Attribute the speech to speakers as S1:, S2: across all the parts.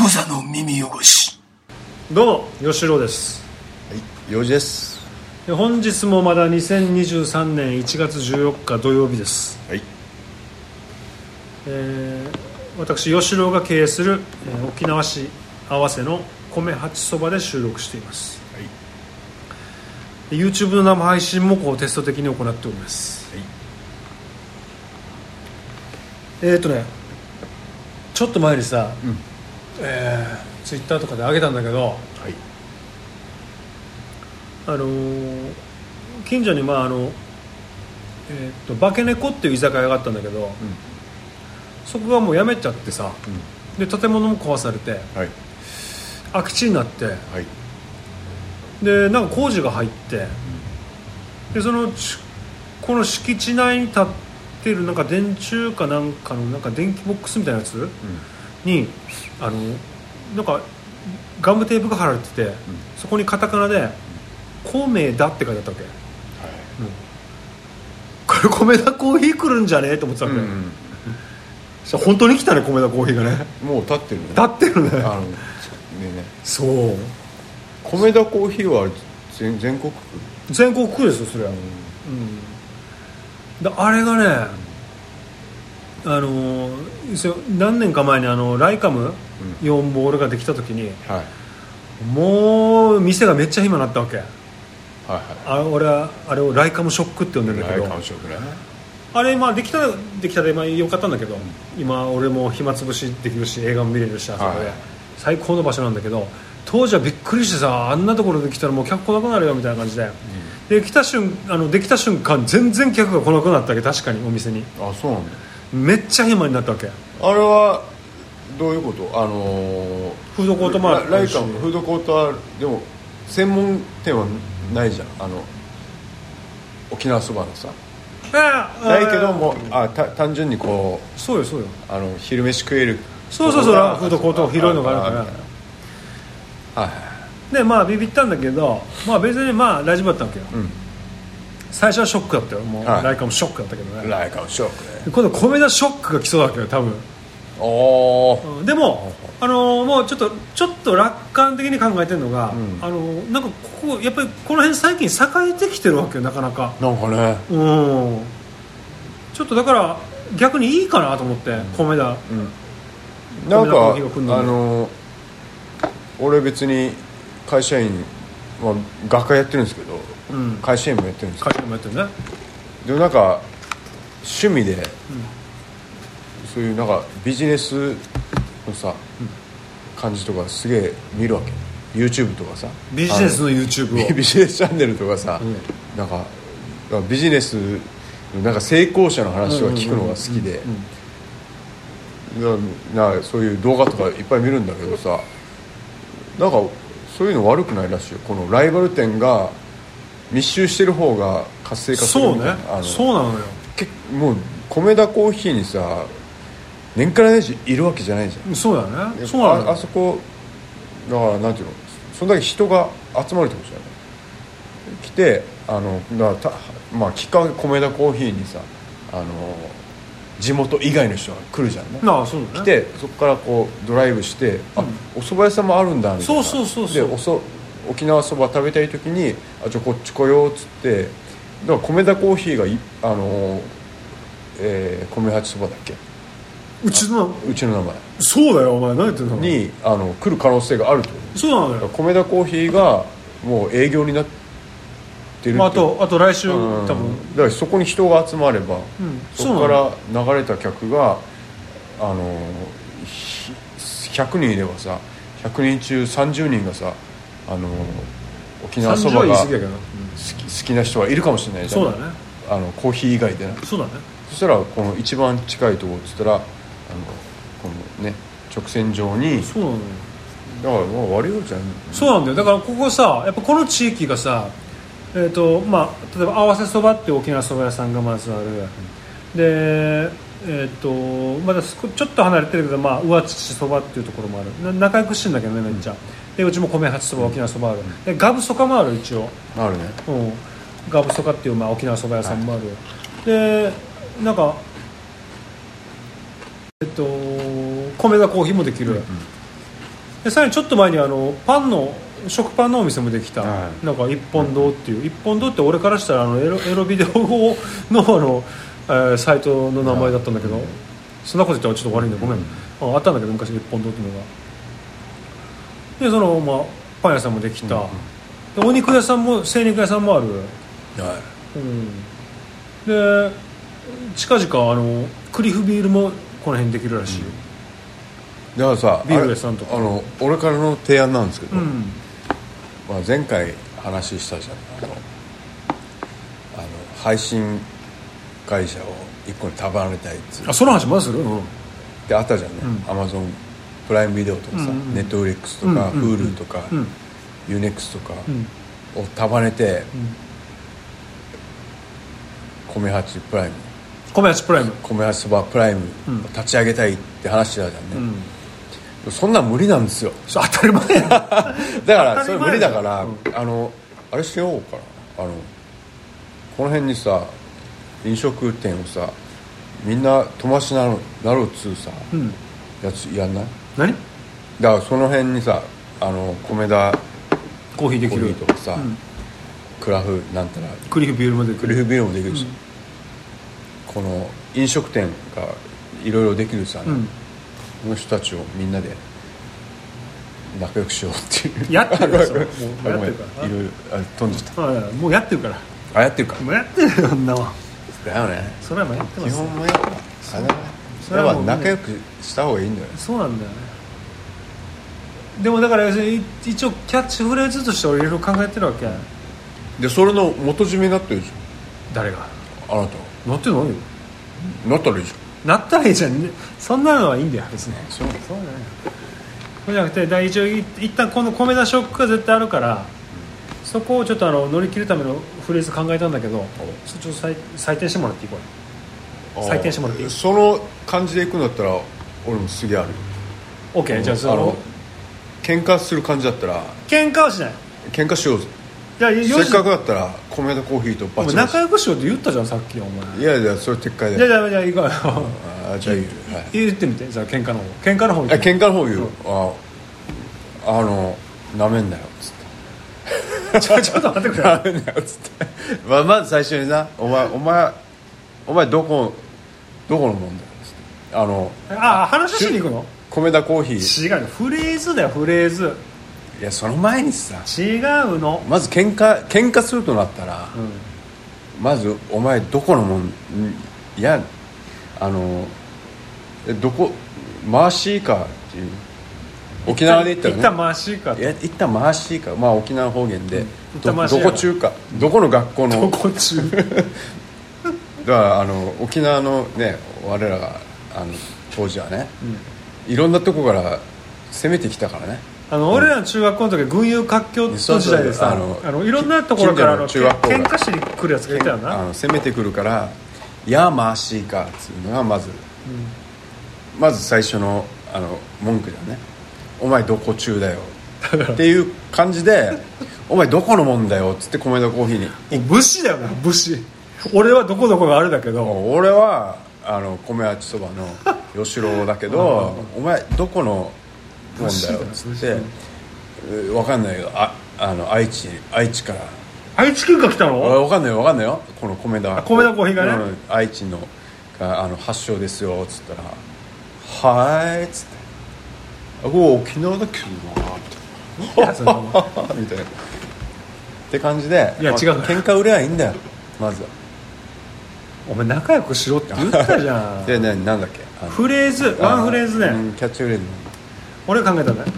S1: 無座の耳汚し
S2: どうも吉郎です
S3: はい、用事です。
S2: え本日もまだ2023年1月14日土曜日です、
S3: はい。
S2: えー私吉郎が経営する、えー沖縄市合わせの米八そばで収録しています、
S3: はい
S2: で YouTube の生配信もこうテスト的に行っております、
S3: はい
S2: えーっとねちょっと前にさ、えー、Twitter とかで上げたんだけど、
S3: はい。
S2: あのー近所に、まああのえー、と化け猫っていう居酒屋があったんだけど、そこがもうやめちゃってさ、で建物も壊されて
S3: はい。
S2: 空き地になって
S3: はい。
S2: でなんか工事が入ってでそのちこの敷地内に立ってるなんか電柱かなんかのなんか電気ボックスみたいなやつに、あのなんかガムテープが貼られてて、そこにカタカナで「孔明だ」って書いてあったわけ。これ米田コーヒー来るんじゃねえと思ってた
S3: う
S2: わ
S3: ん
S2: け、そしたら本当に来たね米田コーヒーがね
S3: うん。もう立ってるね。
S2: 立ってる
S3: あの、
S2: ね
S3: ねね。
S2: そう
S3: 米田コーヒーは全全国区。
S2: 全国区ですよそれは、うん、だあれがねあのーそう何年か前にあのライカム4ボールができた時に、
S3: はい。
S2: もう店がめっちゃ暇になったわけ
S3: はい
S2: あ俺はあれをライカムショックって呼んで
S3: はい。
S2: る
S3: ない
S2: んだけど
S3: 感触ね。
S2: あれ、まあ、できたらできたら今よかったんだけど、今俺も暇つぶしできるし映画も見れるしあそこで、
S3: はい
S2: 最高の場所なんだけど当時はびっくりしてさあんなところで来たらもう客来なくなるよみたいな感じで、で来た瞬あのできた瞬間全然客が来なくなったわけ確かにお店に
S3: あ、そうなんだ。
S2: めっちゃ暇になったわけ
S3: あれはどういうこと？あのー
S2: フードコートもある
S3: ラライカもフードコートはでも専門店はないじゃん。あの沖縄そばのさ。
S2: ああ
S3: ないけども、あた単純にこう
S2: そうよそうよ
S3: あの昼飯食える。
S2: そうそうそうフードコート広いのがあるから
S3: ら。はいはい。
S2: でまあビビったんだけど、まあ、別にまあ大丈夫だったわけよ、
S3: ん
S2: 最初はショックだったよもう、
S3: はい
S2: ライカムショックだったけどね
S3: ライカムショックね
S2: 今度米田ショックが来そうだけど多分、
S3: おー
S2: うんでも、あのーもうちょっとちょっと楽観的に考えてるのが、
S3: ん
S2: あのーなんかここやっぱりこの辺最近栄えてきてるわけよなかなか
S3: なんかね
S2: うんちょっとだから逆にいいかなと思って、米田
S3: なんか
S2: コーヒーが来んのね
S3: あの俺別に会社員、まあ、学科やってるんですけど、
S2: ん
S3: 会社員もやってるんですけ
S2: 会社もやってるね
S3: どでもなんか趣味で、そういうなんかビジネスのさ、感じとかすげえ見るわけ YouTube とかさ
S2: ビジネスの YouTube
S3: ビ
S2: を
S3: ビジネスチャンネルとかさ、なんかなんかビジネスのなんか成功者の話とか聞くのが好きでななそういう動画とかいっぱい見るんだけどさなんかそういうの悪くないらしいよこのライバル店が密集してる方が活性化する
S2: そう
S3: みたいな
S2: ね
S3: あの
S2: そうなのよ
S3: けもう米田コーヒーにさ年から年中いるわけじゃないじゃん
S2: そうだねそうなの
S3: ああ
S2: よ
S3: そこだからなんていうのそんだけ人が集まるってことじゃない来てあのだからたまあきっかけ米田コーヒーにさあの地元以外の人が来るじゃんね
S2: なあそうだね
S3: 来てそこからこうドライブして、あお蕎麦屋さんもあるんだみたいな
S2: そうそうそうそう
S3: でおそ沖縄そば食べたい時にあじゃあこっち来ようっつってだから米田コーヒーがいあの、えー米八そばだっけ
S2: うちの
S3: うちの名前
S2: そうだよお前何言ってんの
S3: にあの来る可能性があるってこと
S2: そうなのよ
S3: 米田コーヒーがもう営業になってるっていう
S2: まあ、あとあと来週
S3: うん
S2: 多分、
S3: だからそこに人が集まれば、
S2: ん
S3: そこから流れた客があのひ100人いればさ100人中30人がさあの沖縄そ
S2: 30は
S3: ば
S2: 言い
S3: が
S2: 過
S3: 好
S2: ぎだけどな
S3: き好きな人がいるかもしれないじゃん
S2: そうだね
S3: あのコーヒー以外でな
S2: そうだね
S3: そしたらこの一番近いところっつったらあのこのね直線上に
S2: そうなのよ
S3: だからまあ悪いようじゃん
S2: そうなんだよだからここさやっぱこの地域がさえーとまあ、例えば合わせそばって沖縄そば屋さんがまずある、で、えー、とまだすこちょっと離れてるけど、まあ、上父そばっていうところもあるな仲良くしてんだけどねめっちゃ、でうちも米八そば沖縄そばある、でガブそかもある一応、
S3: あるね
S2: うん、ガブソカっていう、まあ、沖縄そば屋さんもあるよ、でなんかえっと米田コーヒーもできる、でさらにちょっと前にあのパンの食パンのお店もできた、
S3: はい
S2: なんか一本堂っていう、一本堂って俺からしたらあのエロエロビデオのあの、えーサイトの名前だったんだけど、そんなこと言ったらちょっと悪いんでごめん、ああったんだけど昔一本堂っていうのがでその、まあ、パン屋さんもできた、
S3: うんうん
S2: でお肉屋さんも精肉屋さんもある、
S3: は
S2: うん、で近々あのクリフビールもこの辺できるらしいよ、
S3: いだからさ
S2: ビール
S3: あれ
S2: 屋さんとか
S3: あの俺からの提案なんですけど、
S2: うん
S3: まあ、前回話したじゃんあのあの配信会社を一個に束ねたいっつう
S2: あその話まだする、うん
S3: であったじゃんね
S2: うん
S3: アマゾンプライムビデオとかさ、
S2: うんうんうん
S3: ネットフリックスとか、
S2: うんうんうん
S3: Hulu とか、
S2: うん
S3: ユネクスとか
S2: うん
S3: を束ねて、
S2: ん
S3: 米八プライム
S2: 小林プライム、
S3: 米八そばプライム
S2: うん
S3: 立ち上げたいって話してたじゃんね、
S2: うん、
S3: そんなん無理なんですよ
S2: それ当たり前や ん
S3: だか
S2: 当
S3: ら
S2: た
S3: そ
S2: り
S3: れ
S2: 前
S3: 無理だから、
S2: うん
S3: あのあれしようかなあのこの辺にさ飲食店をさみんな友達なのなろうっつうさ、
S2: うん
S3: やつやんない
S2: 何
S3: だからその辺にさあの米田
S2: コーヒーで
S3: コ
S2: き
S3: ーヒ
S2: る
S3: ーとかさ、
S2: うん
S3: クラフなんたら
S2: クリフビールもでき
S3: クリフ
S2: る
S3: ビールもできるし、この飲食店がいろいろできるさ、
S2: うん
S3: この人たちをみんなで仲良くしようっていう
S2: やって るからそれもう
S3: あご
S2: やっ
S3: めん
S2: て
S3: い
S2: るから
S3: ろいろあ飛んじゃっ
S2: はいもうやってるから
S3: たあやってるか
S2: もうやってるよ女は
S3: だよね
S2: それはもうやってま
S3: 基
S2: す
S3: 本
S2: よ
S3: もやっぱあれだね
S2: それ
S3: やっ
S2: は
S3: ぱ
S2: もう
S3: 仲良くした方がいいんだよね
S2: そうなんだよねでもだから要するにい一応キャッチフレーズとして俺いろいろ考えてるわけ
S3: でそれの元締めになってるじ
S2: 誰が
S3: ゃんあな
S2: なってないよ
S3: たなったらいいじ
S2: なったらいいじゃんねそんなのはいいんだよ別に
S3: ゃんそう
S2: そうだねそうじゃなくて第一応い一旦この米田ショックが絶対あるからそこをちょっとあの乗り切るためのフレーズ考えたんだけどそれちょっと採採点してもらっていいこれ採点してもらっていい
S3: その感じでいくんだったら俺もすげえあるよ
S2: OK じゃあその
S3: 喧嘩する感じだったら
S2: 喧嘩はしない
S3: 喧嘩しようぜ
S2: じゃあよし
S3: せっかくだったら米田コーヒーと
S2: お
S3: バ
S2: 前
S3: チバチ
S2: 仲良くしようって言ったじゃんさっきお前
S3: いやいやそれ撤回
S2: じゃ
S3: だ
S2: あじ
S3: よ
S2: ゃあじゃあ行こうよ
S3: あーじゃあいいよはい
S2: 言ってみてじゃあ喧嘩の方喧嘩の方
S3: あ喧嘩の方言うああのなめんなよつって
S2: ちょちょっと待ってくれ
S3: ダメだよっつって、まあ、まず最初にな「お前お前お前どこどこのもんだよ」つって あの
S2: ああ話しに行くの
S3: 米田コーヒー
S2: 違うのフレーズだよフレーズ
S3: いやその前にさ
S2: 違うの
S3: まず喧嘩喧嘩するとなったら、
S2: うん
S3: まず「お前どこのもんんいやあのえどこマーシーか」っていう沖縄で言ったらね
S2: 一旦回しか
S3: いや一旦回していいか、まあ、沖縄方言で、
S2: 一
S3: ど
S2: 旦回し
S3: ど
S2: て
S3: こ中かどこの学校の
S2: どこ中
S3: だからあの沖縄のね我らがあの当時はね、いろんなとこから攻めてきたからね
S2: あの俺らの中学校の時は群雄割拠の時代でさあ
S3: そうそう
S2: の
S3: そうあの
S2: いろんなところからあの
S3: 近所の中学校が
S2: 喧嘩しに来るやつがいたよ
S3: あ
S2: な
S3: の攻めてくるから「いや回していいか」っつうのがまず、まず最初のあの文句だね「お前どこ中だよ」っていう感じで「お前どこのもんだよ」っつって米田コーヒーに
S2: もう武士だよな武士俺はどこどこがあれだけど
S3: 俺はあの米八そばの吉郎だけどお前どこのもんだよっつっ
S2: 武士
S3: て
S2: だ武
S3: えわかんないけどああの愛知愛知から
S2: 愛知県から来た
S3: あ
S2: の
S3: わかんないよわかんないよこの米田
S2: あ米田コーヒーがね
S3: うん愛知のがあの発祥ですよっつったら「はーい」っつって「あここ沖縄だけどな」って
S2: いやそれはも う
S3: みたいなって感じで
S2: いや
S3: まあ
S2: 違う
S3: 喧嘩売ればいいんだよまずは
S2: お前仲良くしろって言ったじゃ
S3: で
S2: ん
S3: ねなんだっけあの
S2: フレーズワンフレーズね、
S3: うんキャッチフレーズ
S2: 俺が考えたんだよ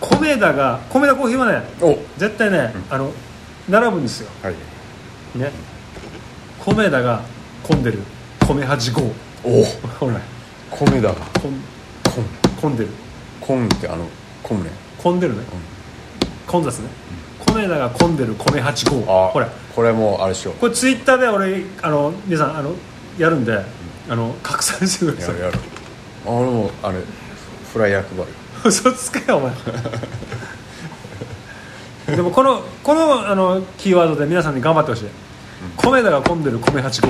S2: 米田が米田コーヒーはね
S3: お
S2: 絶対ね、あの並ぶんですよ
S3: はい
S2: ね米田が混んでる米八号
S3: お
S2: ほら
S3: 米だ
S2: こん
S3: コン
S2: 混んでる
S3: コンってあのコムね
S2: 混んでるね、混雑ね米田が混んでる米八号ほら
S3: これもうあれしよ
S2: これツイッターで俺あの皆さんあのやるんで、あの拡散してく
S3: う
S2: だ
S3: や
S2: さい
S3: るやるあ俺もあれフライヤー配る
S2: 嘘つけよお前でもこのこのあのキーワードで皆さんに頑張ってほしい、米田が混んでる米八号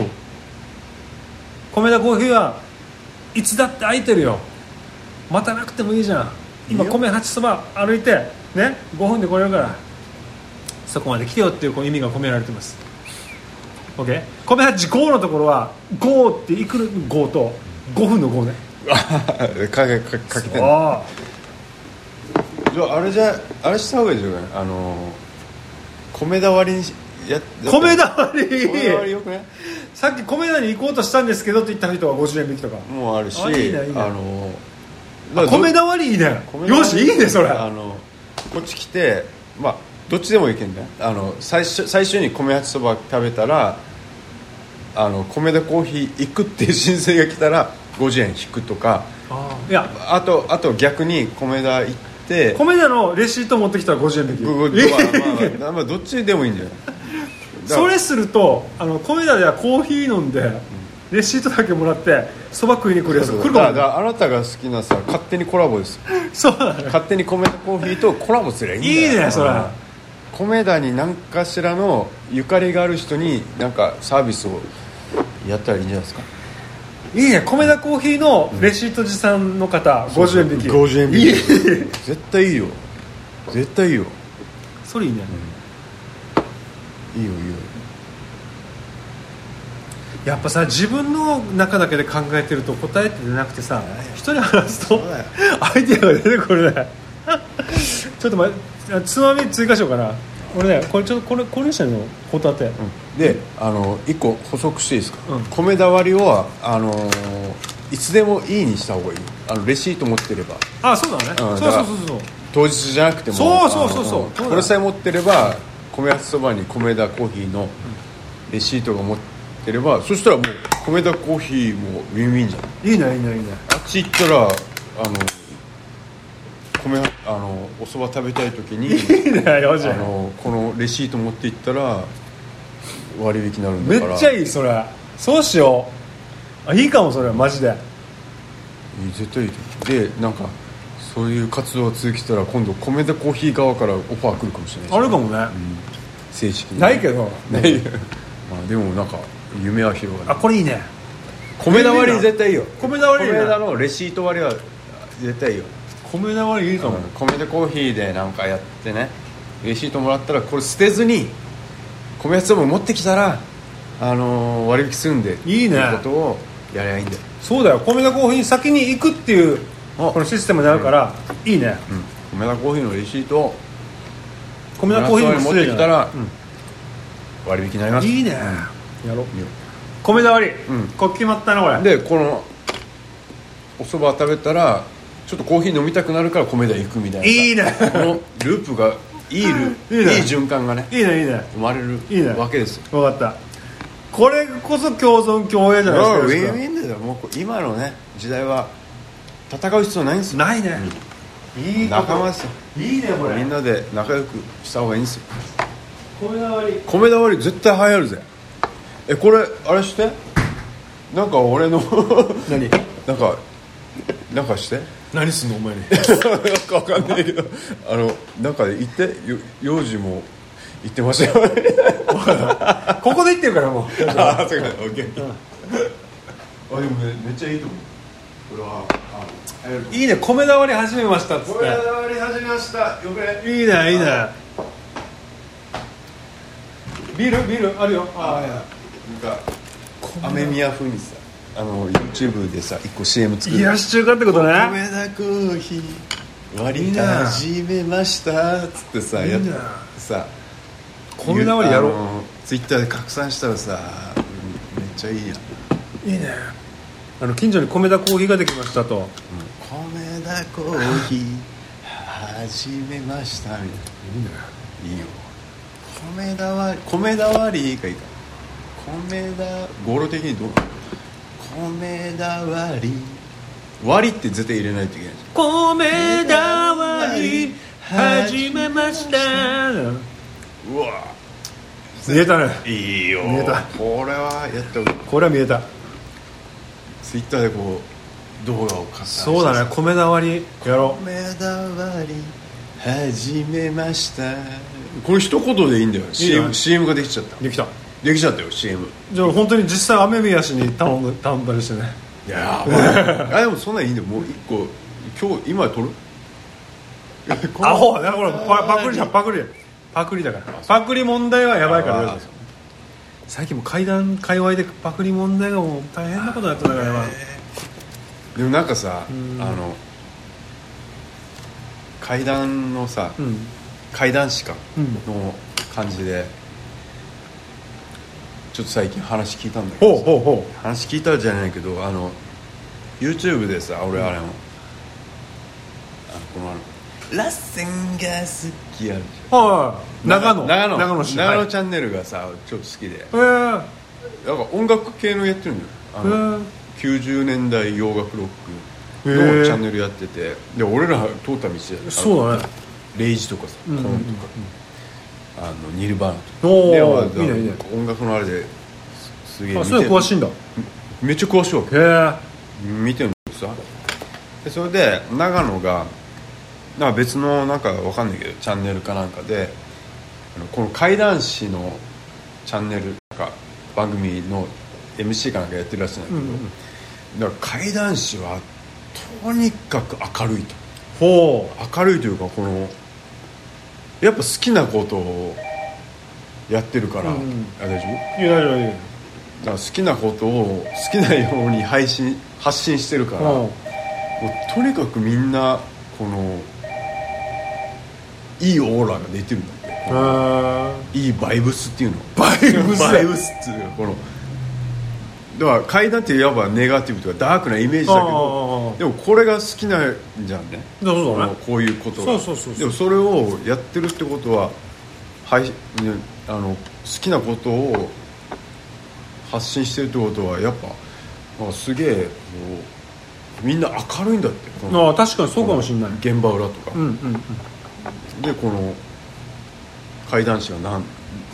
S2: 米田コーヒーはいつだって空いてるよ待たなくてもいいじゃん今
S3: いいよ
S2: 米八そば歩いてね5分で来れるからそこまで来てよっていうこう意味が込められてます OK 米八5のところは5っていくの5と5分の5ね
S3: かけかかけてんの
S2: あ
S3: じゃああれじゃあれした方がいいじゃないあの米だ割りにしやや
S2: あ米だ割
S3: 米だ割り
S2: り
S3: よくね
S2: さっき米田に行こうとしたんですけどって言った人は50円引きとか
S3: もうあるし
S2: あいいねいいね
S3: あの
S2: あ米
S3: だ
S2: 田割りいいね
S3: 米だ
S2: よしいいねそれ
S3: あのこっち来てまあどっちでもいけんだよあの最初最初に米八そば食べたらあの米田コーヒー行くっていう申請が来たら50円引くとか
S2: あーいや
S3: あとあと逆に米田行って
S2: 米田のレシート持ってきたら50円引き
S3: ぐぐまあまあまあまあどっちでもいいんだよだか
S2: そ
S3: ら
S2: れするとあの米田ではコーヒー飲んでレシートだけもらってそば食いに来るやつ来る
S3: だか
S2: かもね
S3: らあなたが好きなさ勝手にコラボです
S2: そうだね
S3: 勝手に米田コーヒーとコラボすりゃいいんだよ
S2: いいねそれ
S3: うん米田に何かしらのゆかりがある人になんかサービスをやったらいいんじゃないですか
S2: いいね米田コーヒーのレシート持参の方50円引き
S3: 50円引き
S2: いい
S3: 絶対いいよ絶対いいよ
S2: それいいね
S3: いいよいいよ
S2: やっぱさ自分の中だけで考えてると答えって出なくてさ人に話すと
S3: そうだよ
S2: アイディアが出てこれないちょっと待ってつまみ追加しようかな俺ねこれちょっとこれこれにしたのホタテ
S3: であの一個補足していいですか、
S2: うん
S3: 米田割りはあのいつでもいいにした方がいいあのレシート持ってれば
S2: あそうだね
S3: う
S2: そ
S3: んだ
S2: う
S3: から
S2: そうそうそう
S3: 当日じゃなくても
S2: そうそうそうそう
S3: あの
S2: そうだよ
S3: これさえ持ってれば米厚そばに米田コーヒーのレシートが持ってればそしたらもう米田コーヒーもウィンウィンじゃん
S2: いいねいいねいいね
S3: あっち行ったらあの米あのおそば食べたい時に
S2: いいねよじ
S3: あのこのレシート持って行ったら割引になるん
S2: め
S3: だから
S2: っちゃ
S3: い
S2: いいそれそうしようあいいかもそれマジで
S3: い絶対いいと思うでなんかそういう活動が続きたら今度米田コーヒー側からオファー来るかもしれないし
S2: あるかもね、
S3: 正式に
S2: ないけど
S3: ないよまあでもなんか夢は広が
S2: あ
S3: る
S2: これいいね
S3: 米田割り絶対いいよ
S2: 米田割りいい
S3: 米
S2: ね
S3: 田のレシート割りは絶対いいよ
S2: 米田割りいいかも、
S3: 米田コーヒーでなんかやってねレシートもらったらこれ捨てずに米田そば持ってきたらあのー割引するんで
S2: いいね
S3: ってことをやりゃいいんだよ
S2: そうだよ米田コーヒーに先に行くっていう
S3: あ
S2: このシステムになるから、いいね
S3: うん米田コーヒーのレシートを
S2: 米田コーヒーにも
S3: 持っ
S2: 失
S3: て
S2: 礼じゃ
S3: き
S2: な
S3: た
S2: い
S3: ら割引になります
S2: いいね、やろう米田割り、
S3: うん
S2: これ決まったなこれ
S3: でこのおそば食べたらちょっとコーヒー飲みたくなるから米田行くみたいない
S2: いね
S3: このループがいいループ
S2: いいね
S3: いい循環がね
S2: いいねいいね
S3: 生まれる
S2: いいね
S3: わけですよ
S2: 分かったこれこそ共存共栄じゃ
S3: だ
S2: な
S3: からウ
S2: いです
S3: ィ
S2: か
S3: ンウィンだよもうこう今のね時代は戦う必要ないんですよ
S2: ないね、いいこと
S3: 仲間ですよ
S2: いいねこれ
S3: みんなで仲良くした方がいいんですよ
S2: 米田割り
S3: 米田割り絶対流行るぜえこれあれしてなんか俺の
S2: 何
S3: なんかなんかして
S2: 何すんのお前に
S3: なんかわかんないけどあのなんか行ってよ幼児も行ってましたよね
S2: ここで言ってるからもう
S3: ああそうかオッケーあでもめめっちゃいいと思うこれはあの
S2: いいね米田割り始めましたっつっ
S3: これ
S2: て
S3: やり始めましたよくね
S2: いいねいいねビールビールあるよ
S3: あいやなんかアメミヤ風にさあの YouTube でさ一個 CM 作
S2: 冷
S3: る
S2: やし中華ってことね
S3: 米田コーヒー割り始めましたっつってさやっ
S2: いいな
S3: さ
S2: 米田割りやろう
S3: ツイッターで拡散したらさめっちゃいいやん
S2: いいねあの近所に米田コーヒーができましたと
S3: 米田コーヒー始めましたみたいないいよ米田割り米田割りがいいか米田語呂的にどう米田割り割りって絶対入れないといけないじ
S2: 米田割り始めました
S3: ゃんうわ
S2: 見えたね
S3: いいよ
S2: 見えた
S3: これはやっておく
S2: これは見えた
S3: ツイッターでこう動画を拡散して
S2: そうだね米田割りやろ
S3: 米田割り始めましたこれ一言でいいんだよ CM, CM ができちゃった
S2: うできた
S3: できちゃったよ CM
S2: じゃあ本当に実際雨宮氏に頼んだ頼んだりしてね
S3: いやーあでもそんなんいいんだよもう一個今日今撮る
S2: アホだからこれパパクリじゃんパクリだよパクリだからパクリ問題はやばいから
S3: あー
S2: 最近も階段界隈でパクリ問題がもう大変なことになってたから今
S3: でもなんかさあ
S2: ん
S3: の階段のさ、
S2: うん
S3: 階段しか
S2: うん
S3: の感じでちょっと最近話聞いたんだけ
S2: ほう
S3: どさ
S2: ほうほ
S3: 話聞いたじゃないけどあの YouTube でさ俺あれも、あのこのあのラッセンが好きある
S2: うはい
S3: じゃん
S2: 長野
S3: 長野
S2: 長野市はい
S3: チャンネルがさちょっと好きで
S2: えー
S3: なんか音楽系のやってるんだよあ
S2: え
S3: の、
S2: ー
S3: 90年代洋楽ロック
S2: へ
S3: の
S2: え
S3: チャンネルやっててで俺ら通った道で
S2: そうだね
S3: レイジとかさ、
S2: うんうんうん
S3: コーンとか、あのニルバーナとか
S2: おー
S3: でまあ
S2: いいねいいね
S3: 音楽のあれですすげえ
S2: あそれは詳しいんだへ
S3: めっちゃ詳しいわけ
S2: えー
S3: 見てるんですさでそれで長野がなんか別のなんかわかんないけどチャンネルかなんかであのこの怪談師のチャンネルとか番組の MC かなんかやってるらしいんだけど、
S2: うんうん
S3: だから怪談師はとにかく明るいと
S2: ほ
S3: 明るいというかこのやっぱ好きなことをやってるから、
S2: うんうん
S3: あ大丈夫
S2: ういやいやいや
S3: だから好きなことを好きなように配信発信してるから、
S2: うん
S3: もうとにかくみんなこのいいオーラが出てるんだって
S2: えー
S3: いいバイブスっていうの
S2: バイブスだ
S3: バイブスっていうこのだから階段っていわばネガティブとかダークなイメージだけ
S2: あ
S3: ど
S2: ー
S3: でもこれが好きなんじゃんね
S2: そう
S3: こ
S2: だ
S3: の
S2: ね
S3: こういうことが
S2: そうそうそうそう
S3: でもそれをやってるってことは、はい、ねあの好きなことを発信してるってことはやっぱ、まあ、すげえこうみんな明るいんだってこ
S2: ああ確かにそうかもしれな
S3: こ
S2: い
S3: の現場裏とか、
S2: うんうんうん
S3: でこの怪談師が何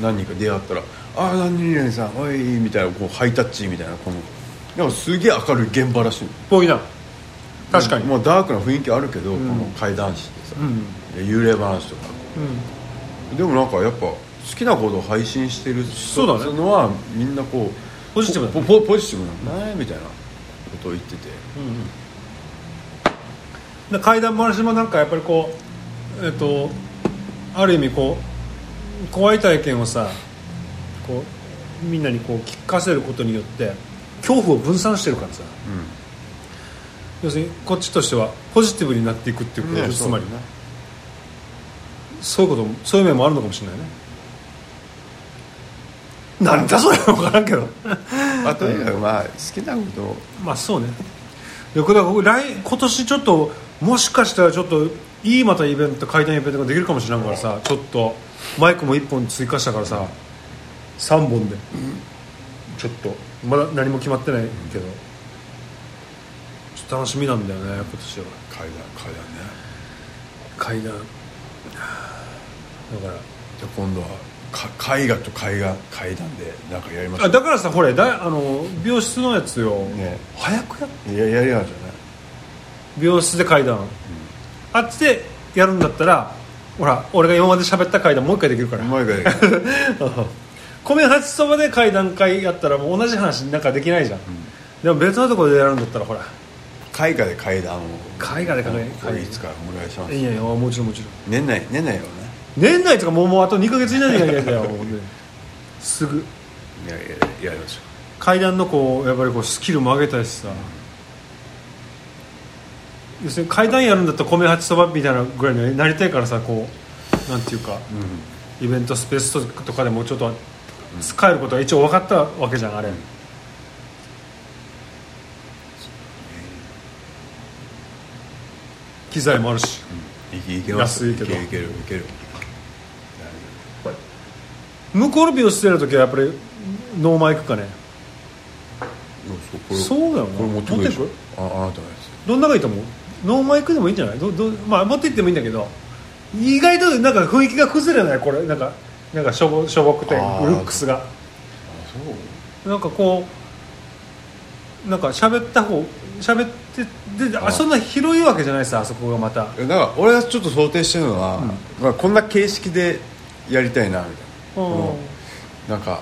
S3: 何人か出会ったら「ああ何々さんおい」みたいなこうハイタッチみたいなこのなんかすげえ明るい現場らしいの
S2: ぽいな確かに
S3: まあ、ダークな雰囲気あるけど、
S2: ん
S3: この怪談師ってさ、
S2: うん
S3: 幽霊話とか
S2: うん
S3: でもなんかやっぱ好きなことを配信してる人
S2: そうだね
S3: っていうのはみんなこう
S2: ポジティブだね
S3: ポポポジティブなんだねみたいなことを言ってて
S2: で怪談話もなんかやっぱりこうえっとある意味こう怖い体験をさこうみんなにこう聞かせることによって恐怖を分散してるからさ、要するにこっちとしてはポジティブになっていくっていうことでしょつまり
S3: ね
S2: そういうこともそういう面もあるのかもしれないねなんだそれは分からんけど
S3: まあとにかくまあ好きなことを
S2: まあそうねでこれだから僕来今年ちょっともしかしたらちょっといいまたイベント回談イベントができるかもしれないからさちょっとマイクも1本追加したからさ3本でちょっとまだ何も決まってないけどちょっと楽しみなんだよね今年は
S3: 階段階段ね
S2: 階段だ
S3: じゃ
S2: から
S3: あ今度はか絵画と絵画階段でなんかやりましょ
S2: あだからさほれだあの病室のやつよ、
S3: ね
S2: 早くや
S3: ういややりやじゃない
S2: 病室で階段、あっちでやるんだったらほら俺が今まで喋った階段もう一回できるから、
S3: うまいから やる
S2: 米八そばで階段階やったらもう同じ話なんかできないじゃん、でも別のところでやるんだったらほら
S3: 絵画で階段を
S2: 絵画で階段
S3: これいつかお願いします
S2: いやいやもちろんもちろん
S3: 年内年内はね
S2: 年内とかもうもうあと2か月以内でやりたいんだよ もうねすぐ
S3: いやいややりましょ
S2: 階段のこうやっぱりこうスキルも上げたいしさ、要するに階段やるんだったら米八そばみたいなぐらいになりたいからさこうなんていうか、
S3: う、うん
S2: イベントスペースとかでもちょっと使えることが一応分かったわけじゃんあれ、機材もあるし、
S3: いけいけます
S2: 安いけど
S3: いけるいけるいける
S2: 向こうの美容室出る時はやっぱりノーマイクかね
S3: そうこれ
S2: そうだよな
S3: これ持ってくるでし
S2: 持
S3: ょ
S2: って
S3: ああなたのや
S2: どんなのがいいと思うノーマイクでもいいんじゃないどど、まあ、持って行ってもいいんだけど意外となんか雰囲気が崩れないこれなんかなんかしょぼしょぼくてル
S3: あー
S2: ックスが
S3: つあ
S2: なんかこうなんか喋った方喋ってであ
S3: あ
S2: そんな広いわけじゃないさあそこがまた
S3: そうだから俺はちょっと想定してるのは、まあ、こんな形式でやりたいなみたいな
S2: うん
S3: このなんか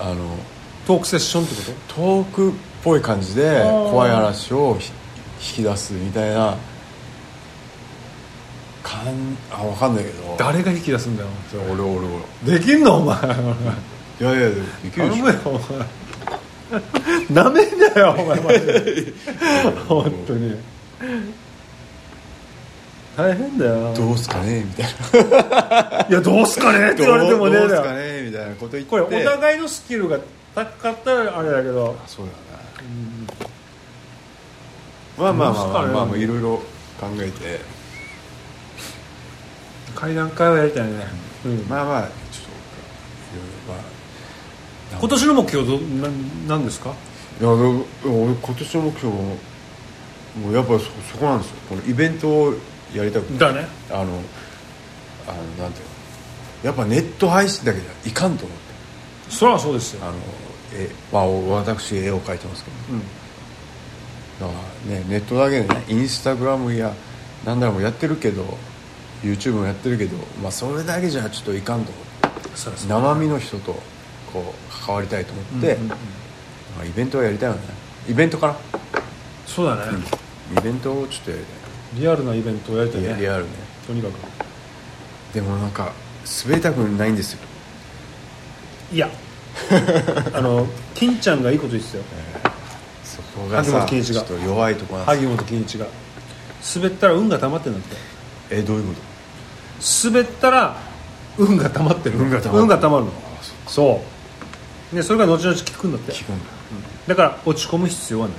S3: あの
S2: トークセッションってこと
S3: トークっぽい感じで
S2: あー
S3: 怖い話をひ引き出すみたいななんあ分かんないけど
S2: 誰が引き出すんだよ
S3: それ俺俺俺
S2: できんのお前
S3: いやいやでもできる
S2: 頼
S3: でし
S2: むよお前なめんなよお前マジで
S3: ょ
S2: 本当に大変だよ
S3: どうすかねみたい ない
S2: やどうすかねって言われてもね
S3: ど
S2: え
S3: うす
S2: だ
S3: か
S2: よ
S3: ねみたいなこと言って
S2: これお互いのスキルが高かったらあれだけど
S3: あそうだなまあまあまあまあまあまあいろいろ考えて
S2: 階段階はやりたいね、うん
S3: まあまあちょっといろいろまあ
S2: 今年の目標どな何ですか
S3: いやでも俺今年の目標ももうやっぱそそこなんですよこのイベントをやりたくて
S2: だね
S3: あのあのなんていうのやっぱネット配信だけじゃいかんと思って
S2: そらそうですよ
S3: あのえ、まあ、お私絵を描いてますけ
S2: うん
S3: どだからねネットだけでねインスタグラムや何だろうもやってるけど YouTube もやってるけど、まあ、それだけじゃちょっといかんと思って
S2: そらそう
S3: 生身の人とこう関わりたいと思って、
S2: うんうんうん
S3: まあ、イベントはやりたいよねイベントかな
S2: そうだね、
S3: イベントをちょっとやり
S2: リアルなイベントをやりた
S3: た
S2: い
S3: い、
S2: ね
S3: リアルね
S2: とにかく
S3: でもなんか滑りたくないんですよ
S2: いやあの金ちゃんがいいこと言ってたよ
S3: そこが
S2: 萩
S3: さ
S2: 本
S3: ち
S2: 欽一
S3: ょ
S2: が
S3: っと弱いとこなんです
S2: 萩
S3: よ
S2: 本欽一が滑ったら運が溜まってるんだって
S3: えどういうこ
S2: 滑ったら運が溜まってる
S3: 運が溜まる
S2: まるの
S3: とあそ
S2: そうでそれが後々効くんだって
S3: 聞くんだ
S2: だから落ち込む必要はない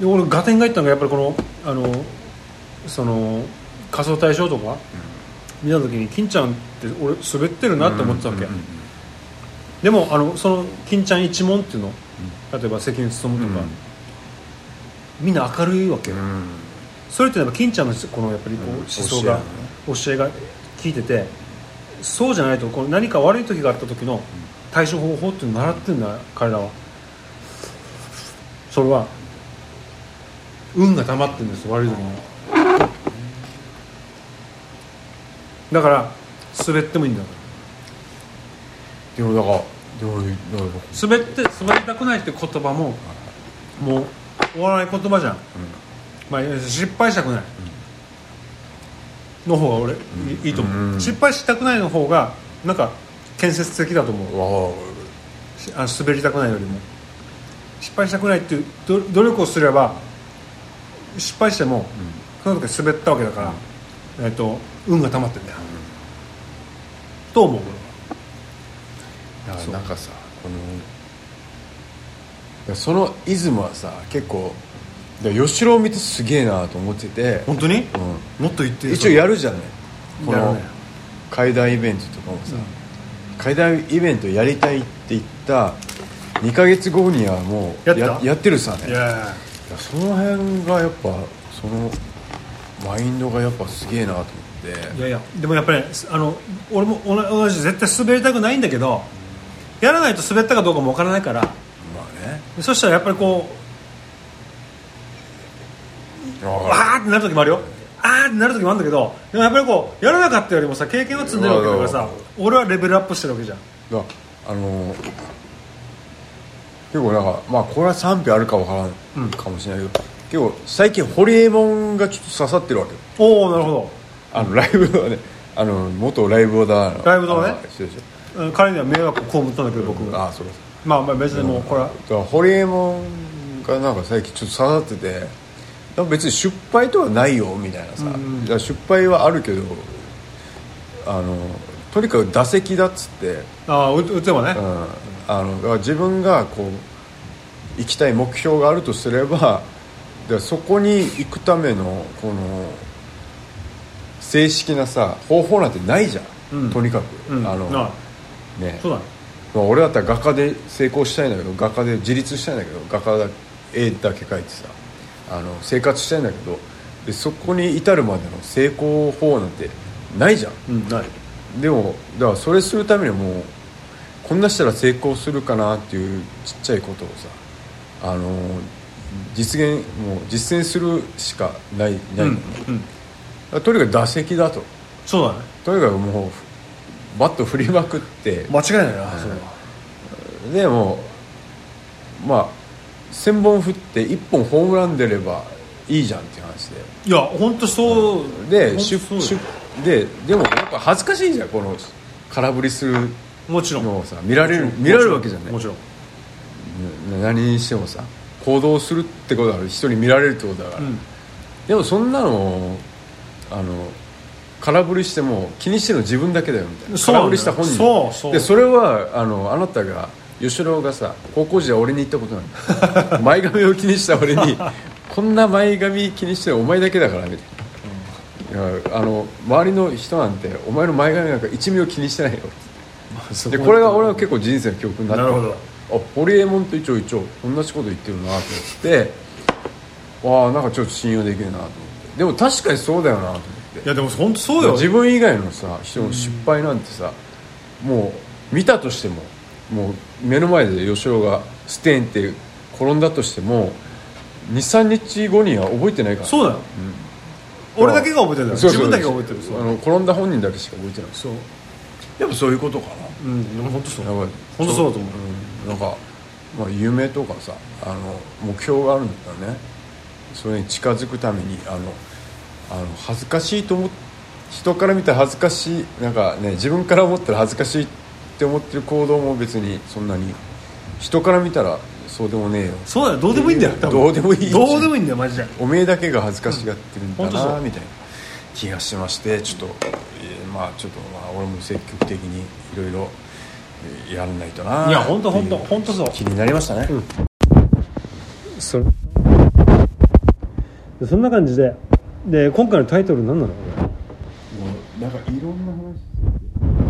S2: で俺合点がいったのがやっぱりこのあのその仮想対象とか見た時に金ちゃんって俺滑ってるなって思ってたわけ、
S3: うんうんうん
S2: でもあのその金ちゃん一門っていうの、例えば関根勤とか、
S3: うん
S2: みんな明るいわけ、
S3: うん
S2: それってやっぱ金ちゃんのこのやっぱりこう
S3: うん
S2: 思想が、教えが聞いててそうじゃないとこう何か悪い時があった時の対処方法っていうのを習ってるんだ彼らはそれは運が溜まってるんです悪い時にだから滑ってもいいんだから
S3: でもだからでもだから
S2: 滑って滑りたくないって言葉ももう終わらない言葉じゃん、まあ、失敗したくない、の方が俺、いいいと思う、
S3: うん
S2: 失敗したくないの方がなんか建設的だと思
S3: わ
S2: うしあの滑りたくないよりも失敗したくないっていうど努力をすれば失敗しても、その時滑ったわけだから、えっと運が溜まってんだよ、と思う俺
S3: あ
S2: は
S3: だからなんかさこのいやそのイズムはさ結構だから吉郎を見てすげえなと思ってて、
S2: 本当に、
S3: う
S2: もっと言って
S3: ん、一応や
S2: る
S3: るじゃないこ
S2: やる
S3: の
S2: ね
S3: 階段イベントとかもさ、階段イベントやりたいって言った2か月後にはもう
S2: やった
S3: やってるさねい
S2: いや
S3: やその辺がやっぱそのマインドがやっぱすげえなと思って
S2: いやいやでもやっぱりすあの俺も同じ同じ絶対滑りたくないんだけどやらないと滑ったかどうかもわからないから
S3: まあね
S2: そしたらやっぱりこう
S3: あ
S2: あーってなる時もあるよあーってなる時もあるんだけどでもやっぱりこうやらなかったよりもさ経験を積んでるわけだから
S3: わ
S2: さ
S3: かる
S2: 俺はレベルアップしてるわけじゃん
S3: だあのー結構なんかまあこれは賛否あるかわからん、
S2: うん
S3: かもしれないけど結構最近ホリエモンがちょっと刺さってるわけよ
S2: おおなるほ
S3: あのライブはねあの元ライブオーダーの
S2: ライブのね
S3: あそうでしょ
S2: どうん彼には迷惑を被ったんだけど僕
S3: ああそうです
S2: まあまあ別にもうこれは
S3: だからホリエモンがなんか最近ちょっと刺さっててなんか別に失敗とはないよみたいなさ、
S2: うん
S3: いや失敗はあるけどあのとにかく打席だっつって、うん、
S2: ああ打てばね
S3: あのだから自分がこう行きたい目標があるとすればでそこに行くためのこの正式なさ方法なんてないじゃん、
S2: うん
S3: とにか
S2: う
S3: く、
S2: ん
S3: あの
S2: なあ
S3: ね
S2: そうだね
S3: まあ、俺だったら画家で成功したいんだけど画家で自立したいんだけど画家だ絵だけ描いてさあの生活したいんだけどでそこに至るまでの成功法なんてないじゃ
S2: うんない
S3: んでもだからそれするためにはもうこんなしたら成功するかなっていうちっちゃいことをさあの実現もう実践するしかないないんだ
S2: う
S3: よ
S2: んう
S3: ね、だから
S2: ん
S3: とにかく打席だと
S2: そうだね
S3: とにかくもうバット振りまくって
S2: 間違いないなそれは
S3: でもまあ1000本振って1本ホームラン出ればいいじゃんっていう話で
S2: いや本当そう、
S3: で
S2: 本当
S3: 出
S2: そうよ
S3: 出ででもやっぱ恥ずかしいじゃんこの空振りする
S2: もちろん
S3: のをさ見られる見られるわけじゃない
S2: もちろん
S3: な何にしてもさ行動するってことだから人に見られるってことだから、
S2: うん
S3: でもそんなのあの空振りしても気にしてるの自分だけだよみたいな
S2: そうな
S3: 空
S2: ん
S3: 振
S2: だよ
S3: りした本人
S2: そうそう
S3: でそれはあのあなたが吉郎がさ高校時代俺に言ったことなんだ 前髪を気にした俺にこんな前髪気にしてるお前だけだからみたいな、いやあの周りの人なんてお前の前髪なんか1ミリも気にしてないよでこれが俺は結構人生の教訓になって
S2: なるほ
S3: あホリエモンと一応一応同じこと言ってるなと思ってわあなんかちょっと信用できるなと思ってでも確かにそうだよなと思って
S2: いやでも本当そうよ
S3: 自分以外のさ人の失敗なんてさ、もう見たとしてももう目の前で吉郎がステーンって転んだとしても23日後には覚えてないから
S2: そうだよ、俺だけが覚えてるんだよ
S3: そう
S2: 自
S3: そう
S2: 分だけが覚えてるそう
S3: あの転んだ本人だけしか覚えてない
S2: そう
S3: やっぱそういうことかな
S2: うんでも本当そう
S3: やばい
S2: 本当そうだと思う、
S3: なんか、まあ、夢とかさあの目標があるんだよねそれに近づくためにあのあの恥ずかしいと思っ人から見たら恥ずかしいなんかね自分から思ったら恥ずかしいって思ってる行動も別にそんなに人から見たらそうでもねえよ
S2: そうだよどうでもいいんだよ多分
S3: どうでもいい
S2: どうでもいいんだよマジで
S3: おめえだけが恥ずかしがってるんだ
S2: うん本当
S3: な、
S2: そう
S3: みたいな気がしましてちょっと、えーまあちょっとまあ俺も積極的にいろいろえーやらないとないい
S2: や本当本当本当そう
S3: 気になりましたね、
S2: それそんな感じでで今回のタイトル何なの
S3: もうなんかいろんな話あ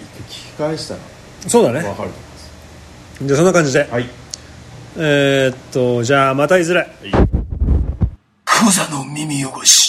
S3: 一回聞き返したら
S2: そうだ
S3: 分
S2: ね
S3: かると思います
S2: じゃあそんな感じで、
S3: はい
S2: えーっとじゃあまたいずれ
S3: クザの耳汚し